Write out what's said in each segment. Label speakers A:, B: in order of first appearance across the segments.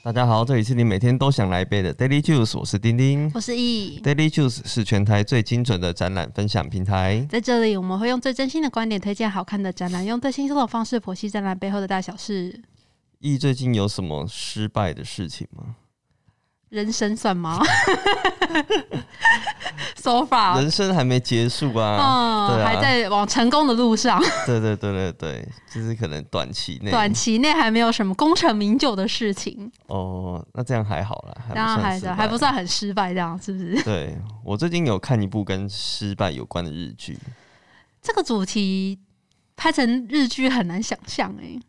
A: 大家好，这里是你每天都想来一杯的 Daily Juice，我是丁丁。
B: 我是易。
A: Daily Juice 是全台最精准的展览分享平台。
B: 在这里，我们会用最真心的观点推荐好看的展览，用最轻松的方式剖析展览背后的大小事。
A: 易最近有什么失败的事情吗？
B: 人生算吗 ？So far，
A: 人生还没结束啊，
B: 嗯，
A: 对啊，
B: 还在往成功的路上，
A: 对对对对对，就是可能短期内
B: 短期内还没有什么功成名就的事情，
A: 哦，那这样还好啦，还不
B: 当然还
A: 算失败
B: 是还不。算很失败，这样是不是？
A: 对我最近有看一部跟失败有关的日剧，
B: 这个主题拍成日剧很难想象哎、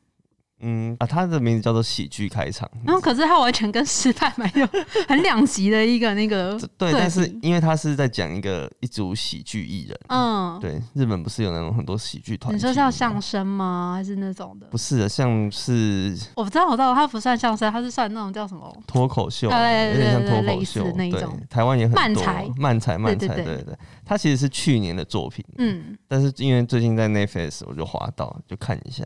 A: 嗯啊，它的名字叫做《喜剧开场》。
B: 然后可是它完全跟失败没有很两极的一个那个
A: 这对，
B: 对
A: 但是因为它是在讲一个一组喜剧艺人，
B: 嗯，
A: 对，日本不是有那种很多喜剧团体吗？
B: 你说像相声吗？还是那种的？
A: 不是的，像是
B: 我不知道，我知道它不算相声，它是算那种叫什么？
A: 脱口秀啊，
B: 对
A: 有点像
B: 对
A: 脱
B: 对
A: 口
B: 类似
A: 秀
B: 那一
A: 对
B: 种，
A: 台湾也很
B: 漫
A: 多
B: 才
A: 漫才，漫才，
B: 对
A: 对
B: 对
A: 对对，它其实是去年的作品，
B: 嗯，
A: 但是因为最近在 Netflix 我就滑到就看一下，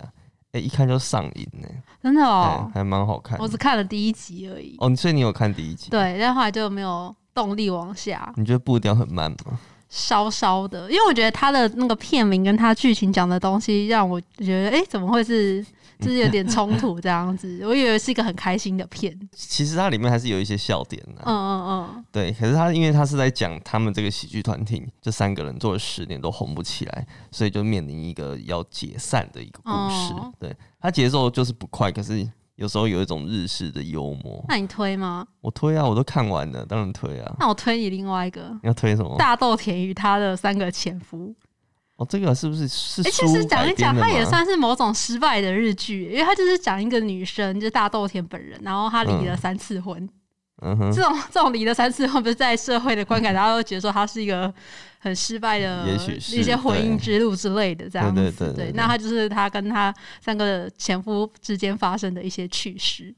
A: 哎、一看就上瘾呢、
B: 真的
A: 哎
B: 哦，
A: 还蛮好看的。
B: 我只看了第一集而已。
A: 哦，所以你有看第一集？，
B: 对，但后来就没有动力往下，
A: 你觉得步调很慢吗？
B: 稍稍的，因为我觉得它的那个片名跟它剧情讲的东西，让我觉得，哎、怎么会是？就是有点冲突这样子， 我以为是一个很开心的片，
A: 其实它里面还是有一些笑点啊的、
B: 嗯嗯嗯，
A: 对。可是它因为它是在讲他们这个喜剧团体这三个人做了十年都红不起来，所以就面临一个要解散的一个故事。
B: 哦
A: 对，它节奏就是不快，可是有时候有一种日式的幽默。
B: 那你推吗？
A: 我推啊，我都看完了，当然推啊。
B: 那我推你另外一个
A: 你要推什么？
B: 大豆田与他的三个前夫，
A: 哦，这个是不是是
B: 哎、
A: 书
B: 其实讲
A: 改
B: 一
A: 编
B: 讲，
A: 的
B: 它也
A: 吗
B: 算是某种失败的日剧，因为它就是讲一个女生，就是大豆田本人，然后她离了三次婚。
A: 嗯哼
B: 这，种这种离了三次婚，不是在社会的观感，大家都觉得说她是一个很失败的，
A: 也许是
B: 一些婚姻
A: 对
B: 之路之类的这样子。
A: 对对对对对
B: 那她就是她跟她三个前夫之间发生的一些趣事。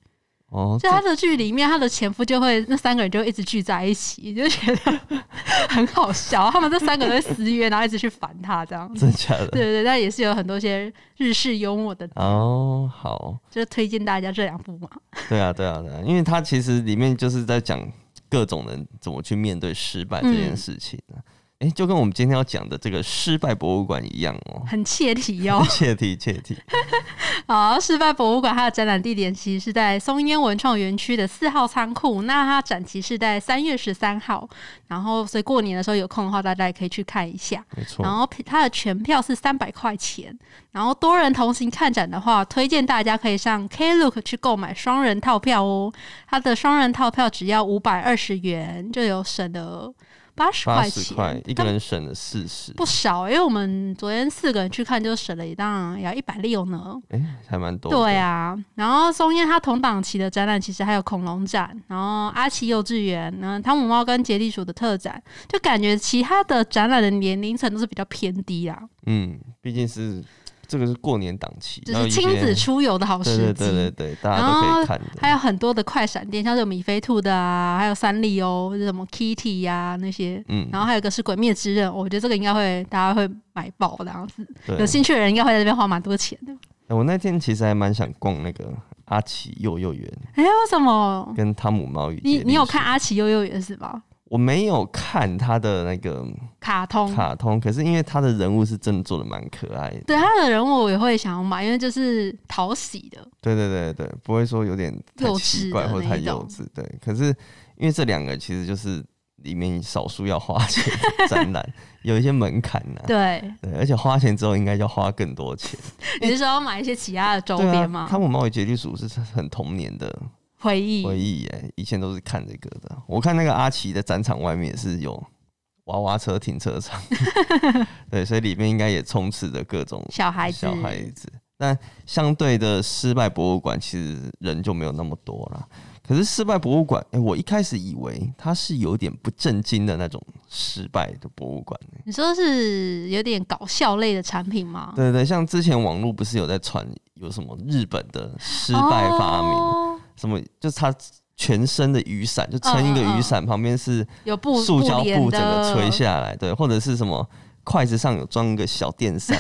A: 哦，
B: 在她的剧里面，她的前夫就会那三个人就会一直聚在一起，就觉得 很好笑。他们这三个人会私约，然后一直去烦她这样子
A: 真的假的？
B: 对对，但也是有很多一些日式幽默的，
A: 哦，好，
B: 就是推荐大家这两部嘛。
A: 对啊，对啊，对啊，因为它其实里面就是在讲各种人怎么去面对失败这件
B: 嗯
A: 事情啊。哎、就跟我们今天要讲的这个失败博物馆一样哦。。
B: 很切题 哦
A: 切题切题，
B: 好，失败博物馆它的展览地点其实是在松烟文创园区的四号仓库，那它展期是在三月十三号，然后所以过年的时候有空的话，大家也可以去看一下。
A: 没
B: 然
A: 错。
B: 后它的全票是三百块钱，然后多人同行看展的话，推荐大家可以上 Klook 去购买双人套票哦。它的双人套票只要五百二十元，就有省了八十
A: 八
B: 块
A: 十
B: 钱，
A: 块一个
B: 但
A: 人省了四十，
B: 不少，因为我们昨天四个人去看，就省了一当然也要一百六呢。
A: 哎、还蛮多的。
B: 对啊，然后松烟它同档期的展览其实还有恐龙展，然后阿奇幼稚园，然后汤姆猫跟杰地鼠的特展，就感觉其他的展览的年龄层都是比较偏低啊，
A: 嗯，毕竟是这个是过年档期，
B: 就
A: 然后
B: 是
A: 一
B: 亲
A: 些
B: 子出游的好时
A: 对
B: 机。
A: 对对对对，大家都可以看的。
B: 哦还有很多的快闪店，像是有米菲兔的啊，还有三丽鸥，就是什么 Kitty 呀、那些，
A: 嗯，
B: 然后还有一个是《鬼灭之刃》，我觉得这个应该会大家会买爆的样子，
A: 对
B: 有兴趣的人应该会在这边花蛮多钱的。
A: 欸我那天其实还蛮想逛那个阿奇幼幼园
B: 哎、为什么？
A: 跟汤姆猫与
B: 你
A: 杰
B: 你
A: 利
B: 有
A: 鼠
B: 看？阿奇幼幼园是吧？
A: 我没有看他的那个
B: 卡通，
A: 卡通，可是因为他的人物是真的做的蛮可爱的。
B: 对他的人物我也会想要买，因为就是讨喜的。
A: 对对对对，不会说有点太
B: 幼
A: 奇
B: 稚
A: 怪
B: 的
A: 或者
B: 那
A: 太
B: 一
A: 幼
B: 种
A: 稚。对，可是因为这两个其实就是里面少数要花钱的展 览，有一些门槛呐、
B: 对，
A: 对，而且花钱之后应该要花更多钱。
B: 你是说要买一些其他的周
A: 对
B: 边
A: 啊
B: 吗，？
A: 汤姆猫与杰利鼠是很童年的
B: 回忆，
A: 回忆耶，以前都是看这个的。我看那个阿奇的展场外面也是有娃娃车停车 场，对，所以里面应该也充斥着各种
B: 小孩子，
A: 小孩子。但相对的，失败博物馆其实人就没有那么多啦。可是失败博物馆，哎、我一开始以为它是有点不正经的那种失败的博物馆、
B: 你说是有点搞笑类的产品吗？
A: 对对对，像之前网络不是有在传有什么日本的失败发明，
B: 哦
A: 什么就是它全身的雨伞，就撑一
B: 嗯
A: 个雨伞，旁边是
B: 有 布
A: 塑胶
B: 帘
A: 布整个
B: 的
A: 吹下来，对，或者是什么筷子上有装一个小电 扇，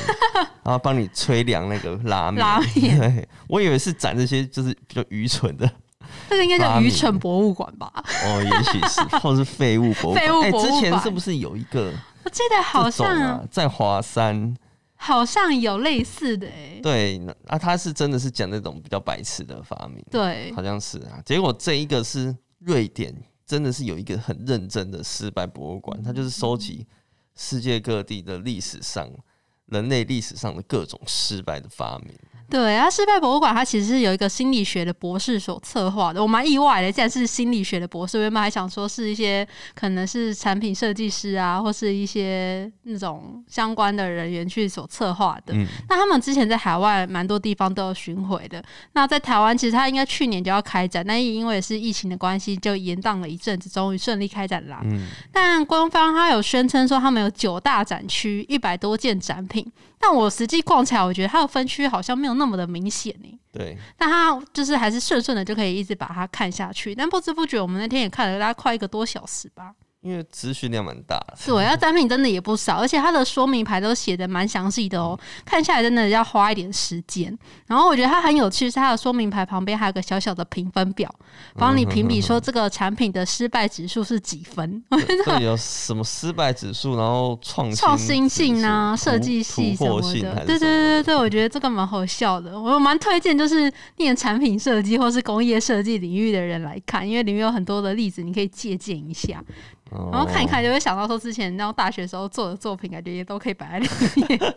A: 然后帮你吹凉那个拉面。
B: 拉面
A: 对，我以为是展这些就是比较愚蠢的
B: 这个应该
A: 发
B: 叫
A: 明
B: 愚蠢博物馆吧？
A: 哦，也许是，或是废物博物馆。
B: 废物
A: 哎、
B: 博物
A: 之前
B: 馆
A: 是不是有一个
B: 我记得好
A: 这种
B: 像、
A: 啊，在华山？
B: 好像有类似的哎、
A: 对，那啊，他是真的是讲那种比较白痴的发明，
B: 对
A: 好像是啊。结果这一个是瑞典，真的是有一个很认真的失败博物
B: 嗯
A: 馆，它就是收集世界各地的历史上。人类历史上的各种失败的发明，
B: 对，它失败博物馆它其实是有一个心理学的博士所策划的，我蛮意外的，竟然是心理学的博士，我原本还想说是一些可能是产品设计师啊，或是一些那种相关的人员去所策划的。
A: 嗯
B: 那他们之前在海外蛮多地方都有巡回的。那在台湾，其实它应该去年就要开展，但因为是疫情的关系，就延宕了一阵子，终于顺利开展啦。
A: 嗯，
B: 但官方它有宣称说他们有九大展区，一百多件展品。但我实际逛起来，我觉得它的分区好像没有那么的明显呢、
A: 对，
B: 但它就是还是顺顺的就可以一直把它看下去。但不知不觉，我们那天也看了大概快一个多小时吧。
A: 因为资讯量蛮大的，
B: 对，它展品真的也不少，而且它的说明牌都写的蛮详细的哦，看下来真的要花一点时间。然后我觉得它很有趣，是它的说明牌旁边还有个小小的评分表，帮你评比说这个产品的失败指数是几分。
A: 对对，有什么失败指数，然后创
B: 创新性啊、
A: 指数
B: 设计
A: 突
B: 系什
A: 突
B: 么
A: 破性还
B: 的，
A: 是
B: 对对
A: 什么
B: 对对对，我觉得这个蛮好笑的。我蛮推荐就是念产品设计或是工业设计领域的人来看，因为里面有很多的例子，你可以借鉴一下，
A: 哦
B: 然后看一看就会想到说之前那种大学时候做的作品，感觉也都可以摆在里 面。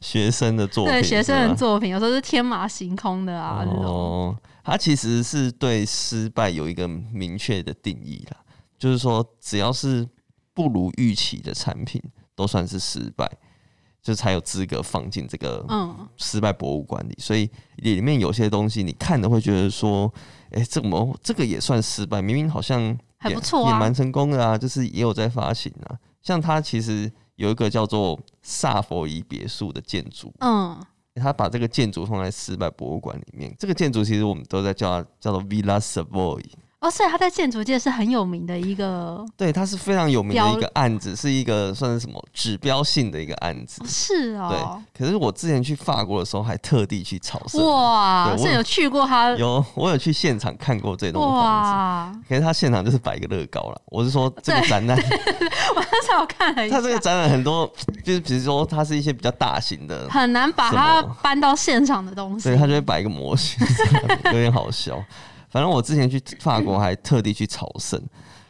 A: 学生的作品，
B: 对学生的
A: 作
B: 作品，有时候是天马行空的啊，这种
A: 哦，他其实是对失败有一个明确的定义啦，就是说只要是不如预期的产品，都算是失败，就才有资格放进这个
B: 嗯。
A: 失败博物馆里。所以里面有些东西你看了会觉得说，哎、这么这个也算失败，明明好像
B: 还
A: 也
B: 不错啊
A: 也蛮成功的啊，就是也有在发行啊。像它其实有一个叫做萨佛伊别墅的建筑，
B: 嗯，
A: 他把这个建筑放在失败博物馆里面。这个建筑其实我们都在叫它叫做 Villa Savoy，
B: 哦，所以他在建筑界是很有名的一个，哦
A: 对，它是非常有名的
B: 标
A: 一个案子，是一个算是什么指标性的一个案子
B: 哦。是
A: 对
B: 哦，，
A: 可是我之前去法国的时候，还特地去朝圣。
B: 哇，
A: 对我
B: 是有去过他，
A: 有，我有去现场看过这栋房子。
B: 哇，
A: 可是他现场就是摆一个乐高了。我是说这个展览，
B: 但是我看 了一下，
A: 他这个展览很多，就是比如说它是一些比较大型的，
B: 很难把它搬到现场的 东西
A: 所以。他就会摆一个模型在那边，有点好笑。反正我之前去法国还特地去朝圣，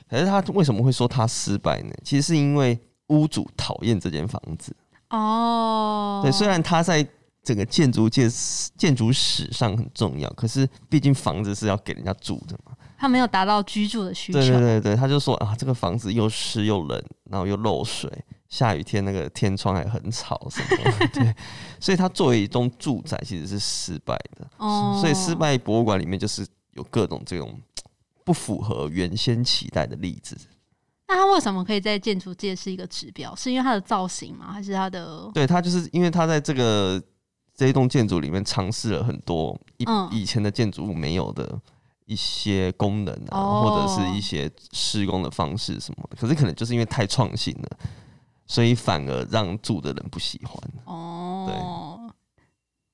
A: 可是他为什么会说他失败呢？其实是因为屋主讨厌这间房子。
B: 哦，
A: 对，虽然他在整个建筑界、建筑史上很重要，可是毕竟房子是要给人家住的嘛。
B: 他没有达到居住的需求。
A: 对对对对，他就说啊，这个房子又湿又冷，然后又漏水，下雨天那个天窗还很吵什么的。对，所以他作为一栋住宅其实是失败的。
B: 哦，
A: 所以失败博物馆里面就是有各种这种不符合原先期待的例子。
B: 那它为什么可以在建筑界是一个指标？是因为它的造型吗？还是它的？
A: 对，他就是因为他在这个这一栋建筑里面尝试了很多以
B: 嗯
A: 以前的建筑物没有的一些功能啊，
B: 哦
A: 或者是一些施工的方式什么的。可是可能就是因为太创新了，所以反而让住的人不喜欢。
B: 哦，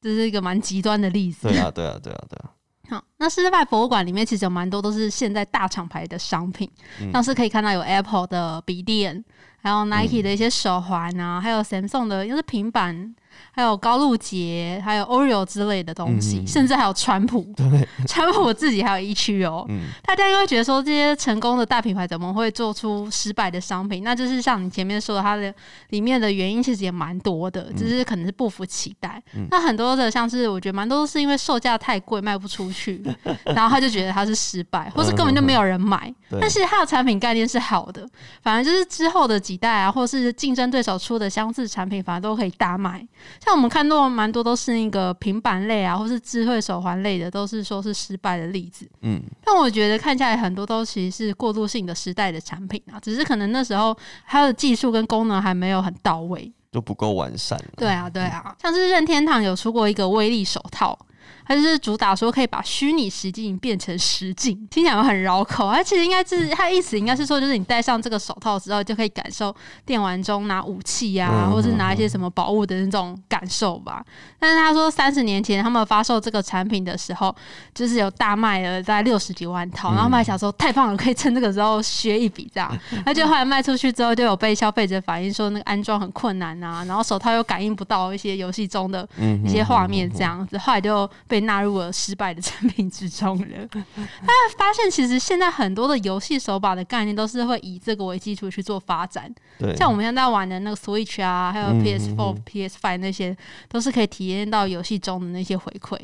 B: 这是一个蛮极端的例子。
A: 对啊，对啊，对啊，对啊。
B: 好，那失败博物馆里面其实有蛮多都是现在大厂牌的商品，
A: 嗯
B: 像是可以看到有 Apple 的笔电，还有
A: 嗯
B: Nike 的一些手环啊，还有 Samsung 的又是平板，还有高露洁，还有 Oreo 之类的东西，
A: 嗯
B: 甚至还有川普。
A: 对，
B: 川普自己还有一区哦，
A: 嗯，
B: 大家应该会觉得说这些成功的大品牌怎么会做出失败的商品？那就是像你前面说的，它的里面的原因其实也蛮多的，
A: 嗯
B: 只是可能是不符期待。那很多的像是我觉得蛮多都是因为售价太贵卖不出 去，然后他就觉得它是失败，或是根本就没有人买。
A: 对
B: 但。是它的产品概念是好的，反而就是之后的几代啊，或是竞争对手出的相似产品，反而都可以大卖。像我们看到蛮多都是那个平板类啊，或是智慧手环类的，都是说是失败的例子。
A: 嗯，
B: 但我觉得看下来很多都其实是过渡性的时代的产品啊，只是可能那时候它的技术跟功能还没有很到位。
A: 就不够完善了。
B: 对啊，对啊，像是任天堂有出过一个威力手套，它就是主打说可以把虚拟实境变成实境，听起来很绕口。它其实应该是它意思应该是说，就是你戴上这个手套之后，就可以感受电玩中拿武器呀、
A: 嗯
B: 或是拿一些什么宝物的那种感受吧。但是他说，三十年前他们发售这个产品的时候，就是有大卖了大概六十几万
A: 嗯
B: 套，然后他们还想说太棒了，可以趁这个时候削一笔这样。
A: 嗯
B: 而且后来卖出去之后，就有被消费者反映说那个安装很困难啊，然后手套又感应不到一些游戏中的
A: 嗯哼
B: 一些画面这样子，后来就被纳入了失败的产品之中 了。大家发现，其实现在很多的游戏手把的概念都是会以这个为基础去做发展，
A: 对，
B: 像我们现在玩的那个 Switch 啊，还有
A: 嗯
B: PS4
A: 嗯、
B: PS5 那些，都是可以体验到游戏中的那些回馈。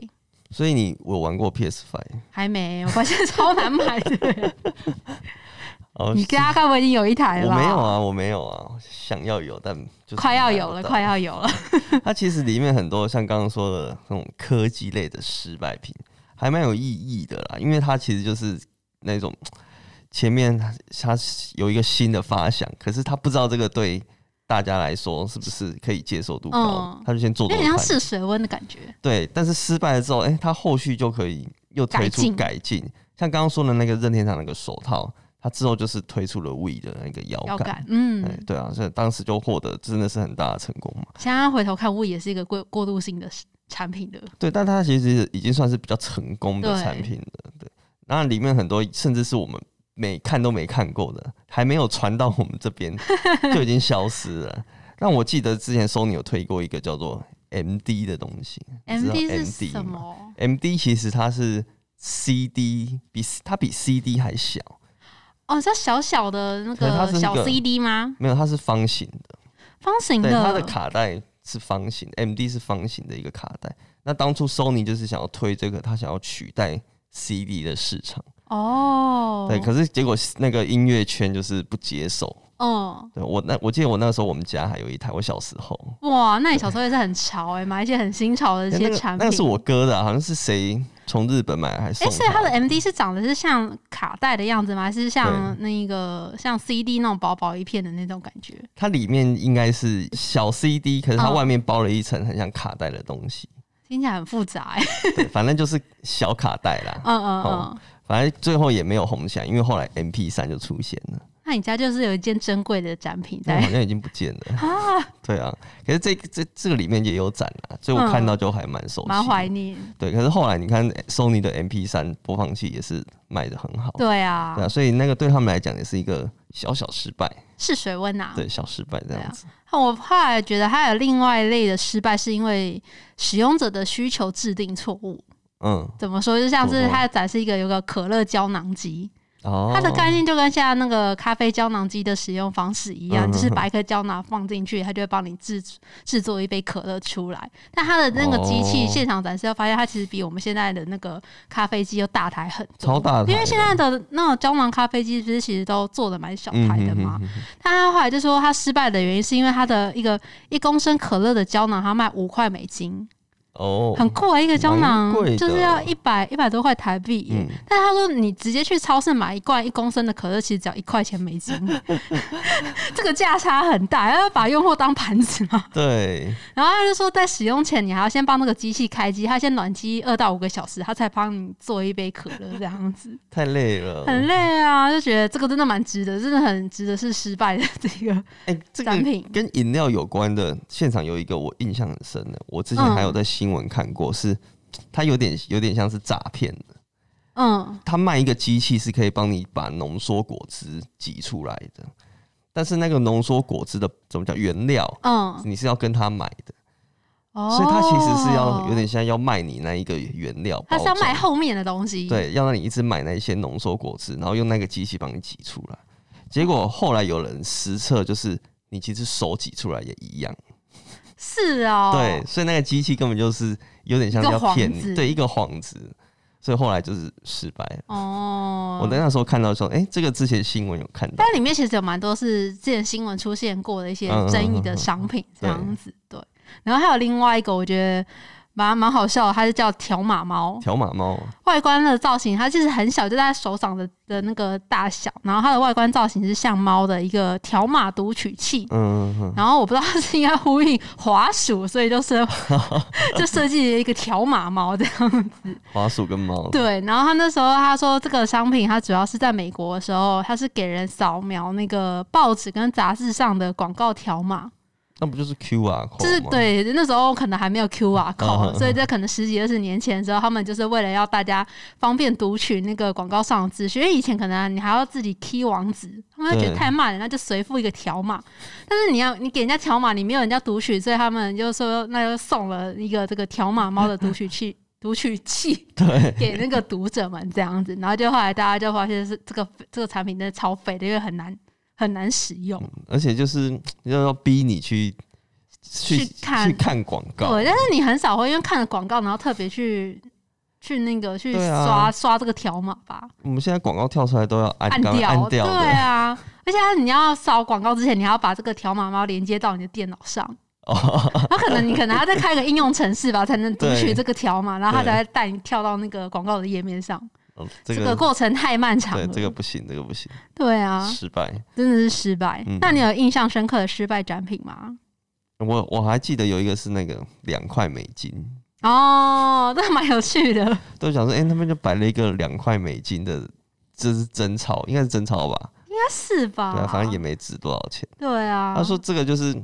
A: 所以你我玩过 PS Five，
B: 还没，我发现超难买 的。
A: 哦，
B: 你家该不会已经有一台了
A: 我
B: 吧？
A: 没有啊，我没有啊，想要有，但就是
B: 快要有
A: 买
B: 了，
A: 不到
B: 快要有了。
A: 它其实里面很多像刚刚说的那种科技类的失败品，还蛮有意义的啦，因为它其实就是那种前面它它有一个新的发想，可是他不知道这个对大家来说是不是可以接受度高，
B: 嗯
A: 他就先做
B: 有
A: 做
B: 点像
A: 看。
B: 试水温的感觉。
A: 对，但是失败了之后，哎、他后续就可以又推出改进，像刚刚说的那个任天堂那个手套，它之后就是推出了 We 的那个摇
B: 要
A: 杆。
B: 感，嗯
A: 哎、，对啊，所以当时就获得真的是很大的成功嘛。
B: 现在回头看，物也是一个过过渡性的产品的。
A: 对，但它其实已经算是比较成功的
B: 对
A: 产品了。对，那里面很多甚至是我们没看都没看过的，还没有传到我们这 边就已经消失了。那我记得之前 Sony 有推过一个叫做 MD 的东西你知道
B: MD 是
A: MD
B: 什
A: 吗
B: 么？
A: ，MD 其实它是 CD 比它比 CD 还小，
B: 哦，你知道小小的那
A: 对它是
B: 个
A: 一
B: 小
A: 个
B: CD 吗？
A: 没有它是方形的，
B: 方形
A: 对，它的
B: 的，
A: 卡带是方形，MD 是方形的一个卡带。那当初 Sony 就是想要推这个，它想要取代 CD 的市场。
B: 哦，
A: 对，可是结果那个音乐圈就是不接受。
B: 嗯，
A: 对我那我记得我那时候我们家还有一台，我小时候，
B: 哇，那你小时候也是很潮哎、买一些很新潮的一
A: 那
B: 些
A: 个
B: 产品。
A: 那个是我哥的啊、好像是谁从日本买还是？
B: 哎、所以它的 MD 是长得是像卡带的样子吗？还是像那个像 CD 那种薄薄一片的那种感觉？
A: 它里面应该是小 CD，可是它
B: 嗯
A: 外面包了一层很像卡带的东 西，
B: 听起来很复杂、欸。
A: 对，反正就是小卡带啦。
B: 嗯嗯
A: 哦
B: 嗯，
A: 反正最后也没有红起来，因为后来 MP 三就出现了，
B: 那你家就是有一件珍贵的展品
A: 那
B: 在
A: 好。像已经不见了。 对啊，可是这这这个里面也有展啦，所以我看到就还蛮熟悉的。
B: 嗯蛮怀念，
A: 对，可是后来你看，Sony 的 MP 三播放器也是卖的很好，
B: 对啊
A: 对，啊，所以那个对他们来讲也是一个小小失败，
B: 是水温呐、
A: 对，小失败这样子。
B: 我后来觉得还有另外一类的失败，是因为使用者的需求制定错误。
A: 嗯，
B: 怎么说？就像
A: 怎
B: 是
A: 么说
B: 它展示一个有个可乐胶囊机，
A: 哦，
B: 它的概念就跟现在那个咖啡胶囊机的使用方式一样，
A: 嗯
B: 就是把一颗胶囊放进去，它就会帮你制制作一杯可乐出来。但它的那个机器
A: 哦
B: 现场展示，发现它其实比我们现在的那个咖啡机又大台很多。
A: 超大台的，
B: 因为现在的那种胶囊咖啡机不是其实都做的蛮小
A: 嗯
B: 台的
A: 哼哼
B: 嘛，
A: 哼哼
B: 但他后来就说他失败的原因是因为他的一个一公升可乐的胶囊，他卖五块美金，
A: 哦，
B: 很啊贵一个胶囊
A: 蛮贵的
B: 就是要一百一百多块台币耶。
A: 嗯，
B: 但他说你直接去超市买一罐一公升的可乐，其实只要一块钱美金， 这个价差很大，要把用户当盘子嘛。
A: 对，
B: 然后他就说，在使用前你还要先帮那个机器开机，他先暖机二到五个小时，他才帮你做一杯可乐这 样子。
A: 太累了，
B: 很累啊，就觉得这个真的蛮值得，真的很值得是失败的这 个
A: 哎、这
B: 展
A: 个
B: 品。
A: 跟饮料有关的，现场有一个我印象很深的，我之前还有
B: 嗯
A: 在新闻看过，是它有点有点像是诈骗的，
B: 嗯，
A: 他卖一个机器是可以帮你把浓缩果汁挤出来的，但是那个浓缩果汁的怎么讲原料，
B: 嗯，
A: 你是要跟他买的，
B: 哦，
A: 所以他其实是要有点，像要卖你那一个原料
B: 他
A: 包
B: 是
A: 装，
B: 要卖后面的东西，，
A: 对，要让你一直买那一些浓缩果汁，然后用那个机器帮你挤出来。结果后来有人实测，就是你其实手挤出来也一样，
B: 是哦，
A: 对，，所以那个机器根本就是有点像
B: 一个
A: 要骗
B: 幌子
A: 你，对，一个幌子，所以后来就是失败了。
B: 哦，
A: 我在那时候看到说，哎、这个之前新闻有看到，
B: 但里面其实有蛮多是之前新闻出
A: 嗯
B: 现过的一些争议的商品这样子，对。然后还有另外一个，我觉得蛮蛮好笑的，它是叫条码猫。
A: 条码猫啊，
B: 外观的造型，它其实很小，就在手掌的的那个大小，然后它的外观造型是像猫的一个条码读取器。
A: 嗯嗯
B: 然后我不知道是应该呼应滑鼠，所以就是 就设计了一个条码猫这样
A: 嗯，花鼠跟猫，
B: 对，然后他那时候他说这个商品，它主要是在美国的时候，它是给人扫描那个报纸跟杂志上的广告条码，
A: 那不就是 QR 扣吗？
B: 就是对那时候可能还没有 QR
A: 嗯
B: code，、所以在可能十几二十年前的时候，他们就是为了要大家方便读取那个广告上的资讯，因为以前可能你还要自己 key 网址，他们就觉得
A: 对
B: 太慢了，那就随附一个条码。但是你要你给人家条码，你没有人家读取，所以他们就说那就送了一个这个条码猫的读取器。 读取器
A: 对
B: 给那个读者们这样子，然 后就后来大家就发现是这个这个产品真的超肥的，因为很难很难使用。
A: 而且就是要要逼你去去
B: 去看
A: 去看广告，
B: 对，但是你很少会因为看了广告，然后特别去去那个去
A: 对啊
B: 刷、刷这个条码吧，
A: 我们现在广告跳出来都要按
B: 按
A: 掉
B: 掉，
A: 按掉
B: 对
A: 的
B: 啊。而且它你要扫广告之前，你还要把这个条码猫连接到你的电脑上，
A: 哦，
B: 它可能你可能还要再开个应用程式吧，才能读取
A: 对
B: 这个条码，然后它
A: 对
B: 才会带你跳到那个广告的页面上。
A: 哦这
B: 个
A: 个
B: 过程太漫长
A: 对
B: 了，
A: 这个不行，这个不行，
B: 对啊，
A: 失败。
B: 真的是失败。
A: 嗯
B: 那你有印象深刻的失败展品吗？
A: 我我还记得有一个是那个两块美金，
B: 哦，这蛮有趣的。
A: 都想说，哎、他们就摆了一个两块美金的，这是真钞，应该是真钞吧？
B: 应该是吧？
A: 对啊，反正也没值多少钱。
B: 对啊。
A: 他说这个就是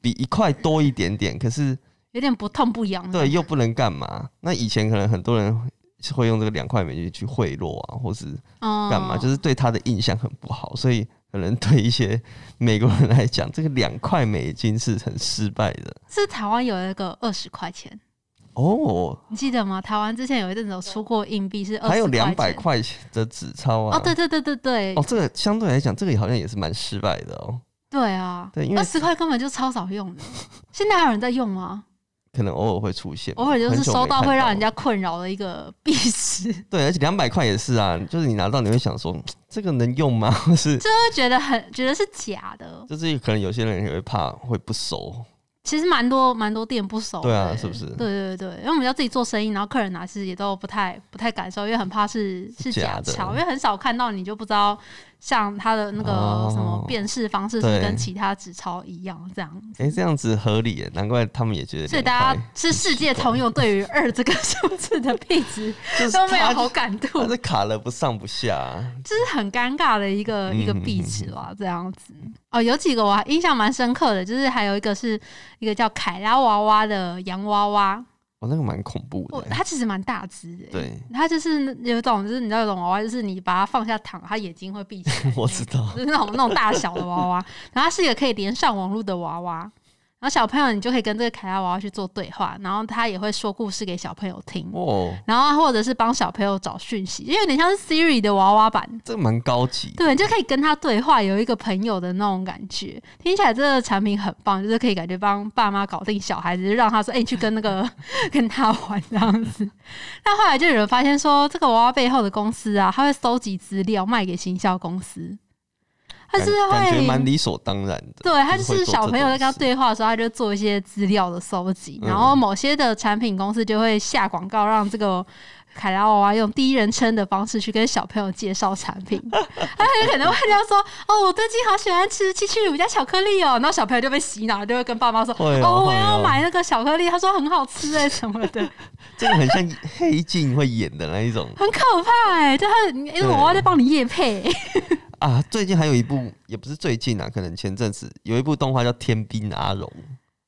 A: 比一块多一点点，可是
B: 有点不痛不痒。
A: 对，又不能干嘛？那以前可能很多人会用这个两块美金去贿赂啊，或是
B: 嗯
A: 干嘛，就是对他的印象很不好，所以可能对一些美国人来讲，这个两块美金是很失败的
B: 是台湾有一个二十块钱，
A: 哦。
B: 你记得吗？台湾之前有一阵子有出过硬币是二十，
A: 还有两百。块钱的纸钞啊，
B: 哦，对对对对对，
A: 哦，这个相对来讲，这个好像也是蛮失败的哦。
B: 对啊，
A: 对因为
B: 二十块根本就超少用 的。现在还有人在用吗？
A: 可能偶尔会出现，
B: 偶尔就是
A: 很久没
B: 收到
A: 看
B: 会让人家困扰的一个币值， 就
A: 对，而且两百块也是啊，就是你拿到你会想说，嗯这个能用吗？或是
B: 会觉得很觉得是假的。
A: 就是可能有些人也会怕会不熟，
B: 其实蛮多蛮多店不熟的
A: 对啊
B: 欸
A: 是不是
B: 对对对，因为我们要自己做生意，然后客人拿其实也都不太不太敢收，因为很怕是是
A: 假
B: 假
A: 的
B: 钞，因为很少看到，你就不知道像它的那个
A: 哦
B: 什么辨识方式
A: 对
B: 是跟其他纸钞一样这样。
A: 哎、这样子合理耶，难怪他们也觉得两块。
B: 所以大家是世界通用对于二这个数字的币 值
A: 就是
B: 都没有
A: 他
B: 好感度
A: 他， 是卡了不上不下啊、
B: 这是很尴尬的一个
A: 嗯
B: 一个壁纸吧，这样子。哦，有几个我还印象蛮深刻的，就是还有一个是一个叫凯拉娃娃的洋娃娃，
A: 哦，那个蛮恐怖
B: 哦
A: 的，耶。
B: 它其实蛮大只的、欸。
A: 对，，
B: 它就是有一种，就是你知道有种娃娃，就是你把它放下躺，它眼睛会闭起来
A: 我知道。
B: 就是那种那种大小的娃娃。然后它是一个可以连上网络的娃娃，然后小朋友你就可以跟这个凯拉娃娃去做对话，然后它也会说故事给小朋友听，
A: 哦，
B: 然后或者是帮小朋友找讯息，因为有点像是 Siri 的娃娃版。
A: 这个蛮高级的。
B: 对，你就可以跟他对话，有一个朋友的那种感觉。听起来这个产品很棒，就是可以感觉帮爸妈搞定小孩子，就让他说：“哎、你去跟那 个跟他玩这样子。”但后来就有人发现说，这个娃娃背后的公司啊，他会搜集资料卖给行销公司，他
A: 感
B: 是
A: 感觉蛮
B: 会。
A: 理所当然的。
B: 对他就
A: 会做
B: 是小
A: 这
B: 朋友
A: 种
B: 在跟他
A: 事
B: 对话的时候，他就做一些资料的收集，
A: 嗯
B: 然后某些的产品公司就会下广告，让这个凯拉娃娃用第一人称的方式去跟小朋友介绍产品， 他有可能会这样说：“哦，我最近好喜欢吃七七乳加巧克力哦。”然后小朋友就被洗脑，就会跟爸妈说：“
A: 会哦
B: 哦，我
A: 会
B: 要
A: 哦
B: 买那个巧克力。”他说很好吃哎、什么的，
A: 这个很像黑镜会演的那一种
B: 很可怕哎、就他因为娃娃在帮你夜配、
A: 啊。最近还有一部，也不是最近啊，可能前阵子有一部动画叫《天兵阿荣》，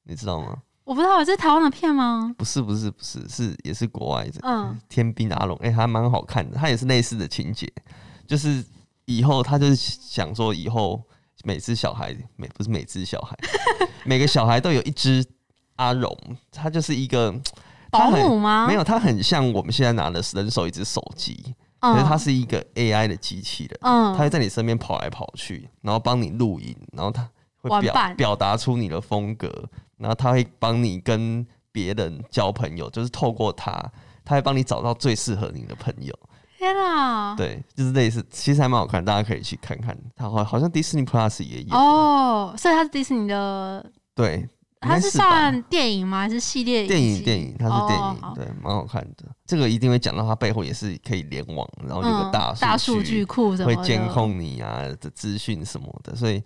A: 你知道吗？
B: 我不知道这是台湾的片吗？
A: 不是，不是，不是，是也是国外的《
B: 嗯，
A: 天兵阿荣》哎、还蛮好看的。它也是类似的情节，就是以后他就是想说，以后每只小孩，每不是每只小 孩，每个小孩都有一只阿荣，他就是一个
B: 保
A: 他很
B: 姆吗？
A: 没有，它很像我们现在拿的人手一只手机，
B: 嗯，
A: 可是它是一个 AI 的机器人，
B: 嗯
A: 它会在你身边跑来跑去，然后帮你录影，然后它会
B: 玩
A: 表
B: 伴
A: 表达出你的风格，然后它会帮你跟别人交朋友，就是透过它，它会帮你找到最适合你的朋友。
B: 天啊！
A: 对，就是类似，其实还蛮好看，大家可以去
B: 哦
A: 看看。它好好像迪士尼 Plus 也有，
B: 哦，所以它是迪士尼的
A: 对，
B: 它
A: 该
B: 是
A: 是吧
B: 算电影吗？还是系列
A: 电影
B: 集
A: 电影，它是
B: 哦
A: 电影，
B: 好
A: 对，蛮好看的。这个一定会讲到它背后也是可以联网，然后有个
B: 嗯
A: 大
B: 大数据
A: 据
B: 库什么
A: 会
B: 的
A: 监控你啊的资讯什么的，所以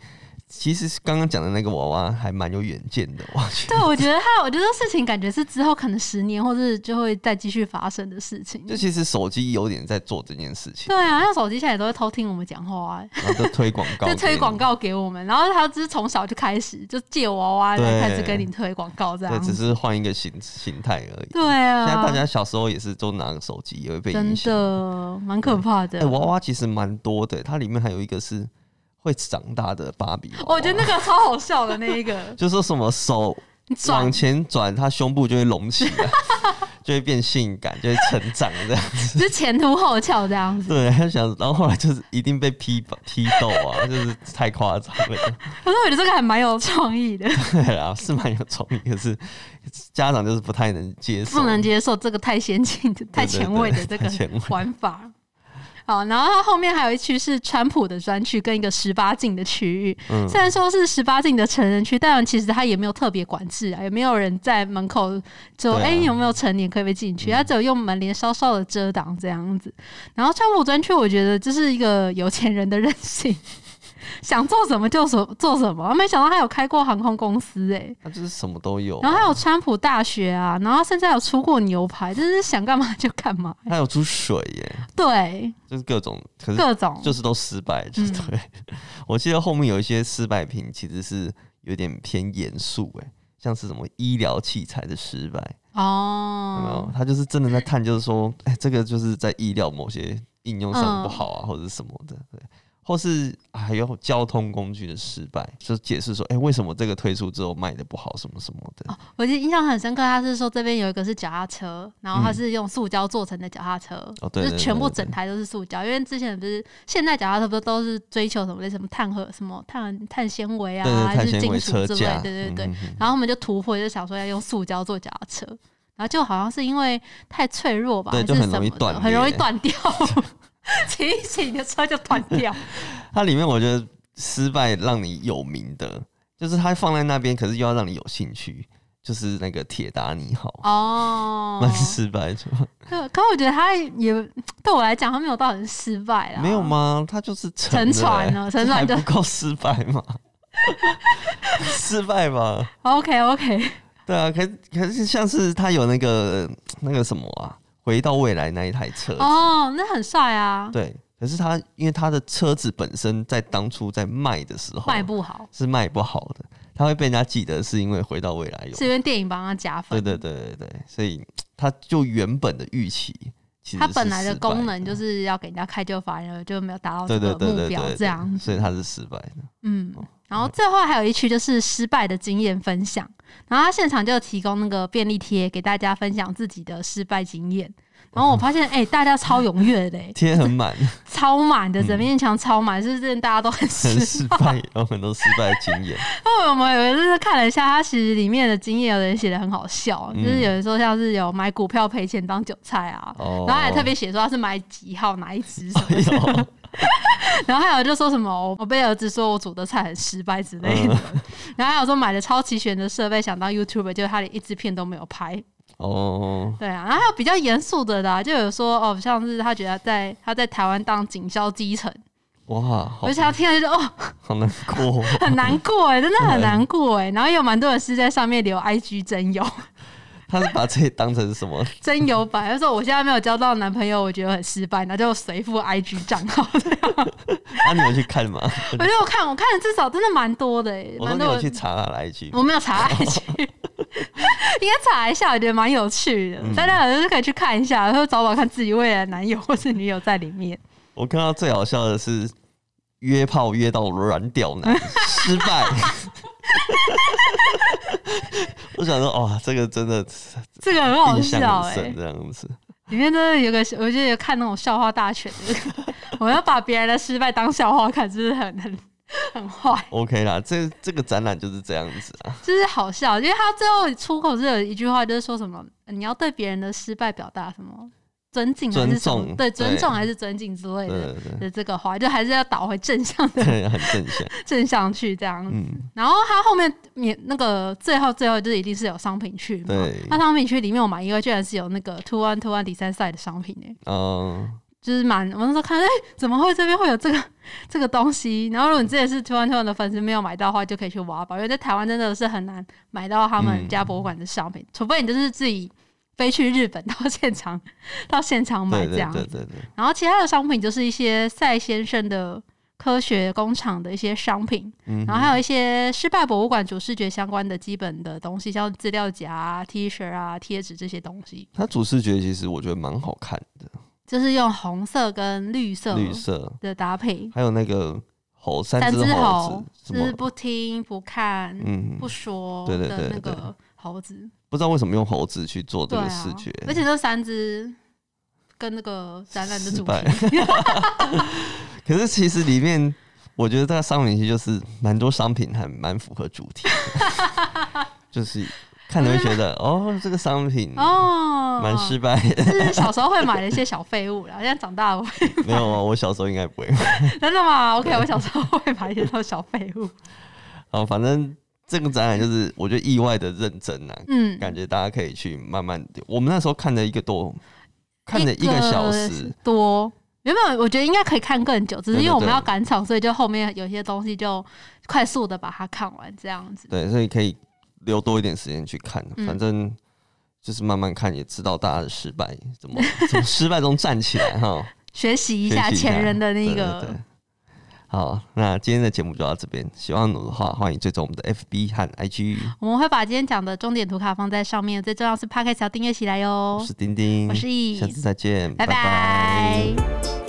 A: 其实刚刚讲的那个娃娃还蛮有远见的，我觉得。
B: 对，我觉得他，我觉得事情感觉是之后可能十年或是就会再继续发生的事情。
A: 就其实手机有点在做这件事情，
B: 对啊，像手机现在也都会偷听我们讲话、欸，
A: 然后就推广告，
B: 就推广，告给我们。然后他就是从小就开始就借娃娃，然后
A: 对
B: 开始跟你推广告这
A: 对，
B: 样
A: 只
B: 子。
A: 是换一个形形态而已。
B: 对
A: 现
B: 啊，
A: 在大家小时候也是都拿个手机，也会被
B: 真
A: 影响。
B: 的蛮可怕的。
A: 哎、娃娃其实蛮多的，它里面还有一个是会长大的芭比娃娃。，
B: 我觉得那个超好笑的那一个
A: 就说什么手
B: 你转
A: 往前转，它胸部就会隆起来， 就会变性感，就会成长这样子。
B: 就前凸后翘这样子。
A: 对，他想，然后后来就是一定被批批斗啊， 就是太夸张了。
B: 可是我觉得这个还蛮有创 意的，
A: 对啊，是蛮有创意，可是家长就是不太能接受，
B: 不能接受这个太先进 的、太前卫的这
A: 对
B: 个
A: 太前卫
B: 玩法。好，然后它后面还有一区是川普的专区跟一个十八禁的区域。
A: 嗯
B: 虽然说是十八禁的成人区，但其实它也没有特别管制啊，也没有人在门口就
A: 对啊嗯
B: 哎、你有没有成年可不可以进去？它只有用门帘稍稍的遮挡这样子。然后川普专区，我觉得这是一个有钱人的任性， 想做什么就什做什么。没想到他有开过航空公司哎、
A: 他就是什么都有啊、
B: 然后还有川普大学啊，然后甚至还有出过牛排，真是想干嘛就干嘛。
A: 还有出水耶，
B: 对，
A: 就是各种，可是
B: 各种
A: 就是都失败，就是
B: 嗯
A: 对。 我记得后面有一些失败品其实是有点偏严肃哎，像是什么医疗器材的失败，有没有
B: 哦？，
A: 他就是真的在探，就是说，哎、这个就是在医疗某些应用上
B: 嗯
A: 不好啊，或者是什么的，对，或是还有交通工具的失败，就解释说，哎、为什么这个推出之后卖的不好，什么什么的，
B: 哦我记得印象很深刻，他是说这边有一个是脚踏车，然后它是用塑胶做成的脚踏车，
A: 哦对对
B: 就是全部
A: 对对
B: 整台都是塑胶。因为之前不是现在脚踏车不是都是追求什么类似什么碳和什么碳碳纤维啊，
A: 对对，
B: 还
A: 碳
B: 是
A: 纤
B: 金
A: 维
B: 属
A: 车
B: 之类
A: 架，，
B: 对对对。
A: 嗯哼哼
B: 然后我们就突破，就想说要用塑胶做脚踏车，然后就好像是因为太脆弱吧，
A: 对
B: 还
A: 就是很
B: 什
A: 容易
B: 么的
A: 断
B: 很容易
A: 裂
B: 断掉， 骑一骑你的车就断掉。
A: 它里面我觉得失败让你有名的，就是它放在那边，可是又要让你有兴趣，就是那个铁达尼号，
B: 哦，
A: 蛮、失败的，
B: 可可我觉得他也对我来讲，他没有到很失败啦，
A: 没有？吗？它就是沉
B: 啊沉
A: 了
B: 船啊
A: 欸
B: 了沉
A: 这
B: 船就
A: 还不够失败吗？ 失败吧，
B: OK OK，
A: 对啊，可可是像是他有那个那个什么啊，回到未来那一台车，
B: 哦，那很帅啊，
A: 对，可是他因为他的车子本身在当初在卖的时候
B: 卖不好
A: 是卖不好的，他会被人家记得是因为回到未来有
B: 是因为电影帮他加
A: 对
B: 分。
A: 对对对对，所以它就原本的预期，其实
B: 它本来
A: 是
B: 的
A: 失败
B: 功能就是要给人家开旧法，然后就没有达到
A: 对
B: 这
A: 对
B: 个
A: 对
B: 目
A: 对
B: 标
A: 对，
B: 这样
A: 对所以它是失败的。
B: 嗯，然后最后还有一区就是失败的经验分享，然后他现场就提供那个便利贴给大家分享自己的失败经验。然后我发现，哎、大家超踊跃 的、欸，
A: 贴很 满，
B: 超满的，整面墙超满，是不是？大家都
A: 嗯
B: 很
A: 很
B: 失
A: 失败，有很多失败的经验。
B: 那 我们有一次看了一下，它其实里面的经验有人写的很好笑，
A: 嗯
B: 就是有人说像是有买股票赔钱当韭菜啊，
A: 哦，
B: 然后还特别写说他是买几号哪一只什
A: 哎
B: 么的，
A: 呦，
B: 然后还有就说什么我被儿子说我煮的菜很失败之类的，
A: 嗯
B: 然后还有说买了超齐全的设备想当 YouTuber，结果他连一支片都没有拍，
A: 哦，
B: 对啊，然后还有比较严肃的啦，就有说哦，像是他觉得在他在台湾当警校基层，
A: 哇，好
B: 我想听了就觉得哦
A: 好难过 哦，
B: 很难过哎、真的很难过哎、然后也有蛮多人是在上面留 IG 真友。
A: 他是把自己当成什么？
B: 真有版，他说我现在没有交到男朋友，我觉得很失败，那就随附 IG 账号 这样。
A: 啊，你有去看 吗？
B: 我觉得我看我看了至少真的蛮多的、欸，
A: 我说哦
B: 蛮
A: 你
B: 多
A: 有去
B: 的。
A: 查他来去，
B: 我没有查 IG，应该查一下，我觉得蛮有趣的，
A: 嗯
B: 大家有时候可以去看一下，然后找找看自己未来的男友或是女友在里面。
A: 我看到最好笑的是约炮约到软屌 男失败。 我想说，哇，这个真的
B: 这个很 好
A: 印
B: 笑
A: 象
B: 哎、
A: 很深，这样子。
B: 里面真的有个，我就有看那种笑话大全的，我要把别人的失败当笑话看，真是很很很坏。
A: OK 啦，这这个展览就是这样子啊。
B: 就是好笑，因为他最后出口是有一句话，就是说什么呃你要对别人的失败表达什么尊敬还是什么
A: 尊重
B: 对尊
A: 对
B: 重还是尊敬之类
A: 对
B: 的
A: 对对
B: 的这个话，就还是要倒回正向的
A: 对，很正向。
B: 正向去这样子。
A: 嗯，
B: 然后它后面也那个最后最后就是一定是有商品区嘛，
A: 对
B: 它商品区里面我买一个居然是有那个 Two One Two One 第三赛的商品诶、欸
A: 嗯，
B: 就是蛮我那时候看，哎、怎么会这边会有这个 这个东西？然后如果你之前是 Two One Two One 的粉丝没有买到的话，就可以去挖宝，因为在台湾真的是很难买到他们
A: 嗯
B: 家博物馆的商品，除非你就是自己飞去日本到现场 到现场买
A: 对
B: 这
A: 对
B: 样子
A: 对对对，
B: 然后其他的商品就是一些赛先生的科学工厂的一些商品，
A: 嗯哼，
B: 然后还有一些失败博物馆主视觉相关的基本的东西，像资料夹啊、T 恤啊、贴纸这些东西，
A: 它主视觉其实我觉得蛮好看的，
B: 就是用红色跟绿色
A: 绿色，
B: 的搭配。
A: 还有那个猴三
B: 三
A: 只
B: 只
A: 猴
B: 猴
A: 子，什
B: 就是
A: 么？
B: 不听、不看、
A: 嗯，
B: 不说
A: 对对对
B: 的那
A: 对
B: 个猴子，
A: 不知道为什么用猴子去做这
B: 对
A: 个
B: 啊
A: 视觉，，
B: 而且这三只跟那个展览的
A: 失
B: 主
A: 败
B: 题
A: 可是其实里面，我觉得这个商品其实就是蛮多商品还蛮符合主题的， 就是看你会觉得哦，这个商品
B: 哦，
A: 蛮失败的。
B: 是小时候会买的一些小废物啦，现在长大了 会
A: 没有啊，我小时候应该不会。
B: 真的吗？OK，我小时候会买一些小废物。
A: 好，反正这个展览就是我觉得意外的认真啊，
B: 嗯，
A: 感觉大家可以去慢慢。我们那时候看了一个多，看了一个小时，
B: 多。原本我觉得应该可以看更久，只是
A: 对
B: 因为
A: 对
B: 我们
A: 对
B: 要赶场，所以就后面有些东西就快速的把它看完，这样子。
A: 对，所以可以留多一点时间去看，
B: 嗯
A: 反正。就是慢慢看，也知道大家的失败怎么从失败中站起来哈。
B: 学 习一
A: 学
B: 下
A: 习
B: 前人的那
A: 对对对
B: 个，
A: 好，那今天的节目就到这边。喜欢我的话，欢迎追踪我们的 FB 和 IG。
B: 我们会把今天讲的重点图卡放在上面。最重要是 E p o d c a s t 要订阅起来哟
A: 我。是丁丁，
B: 我是易
A: 下次再见，
B: 拜拜。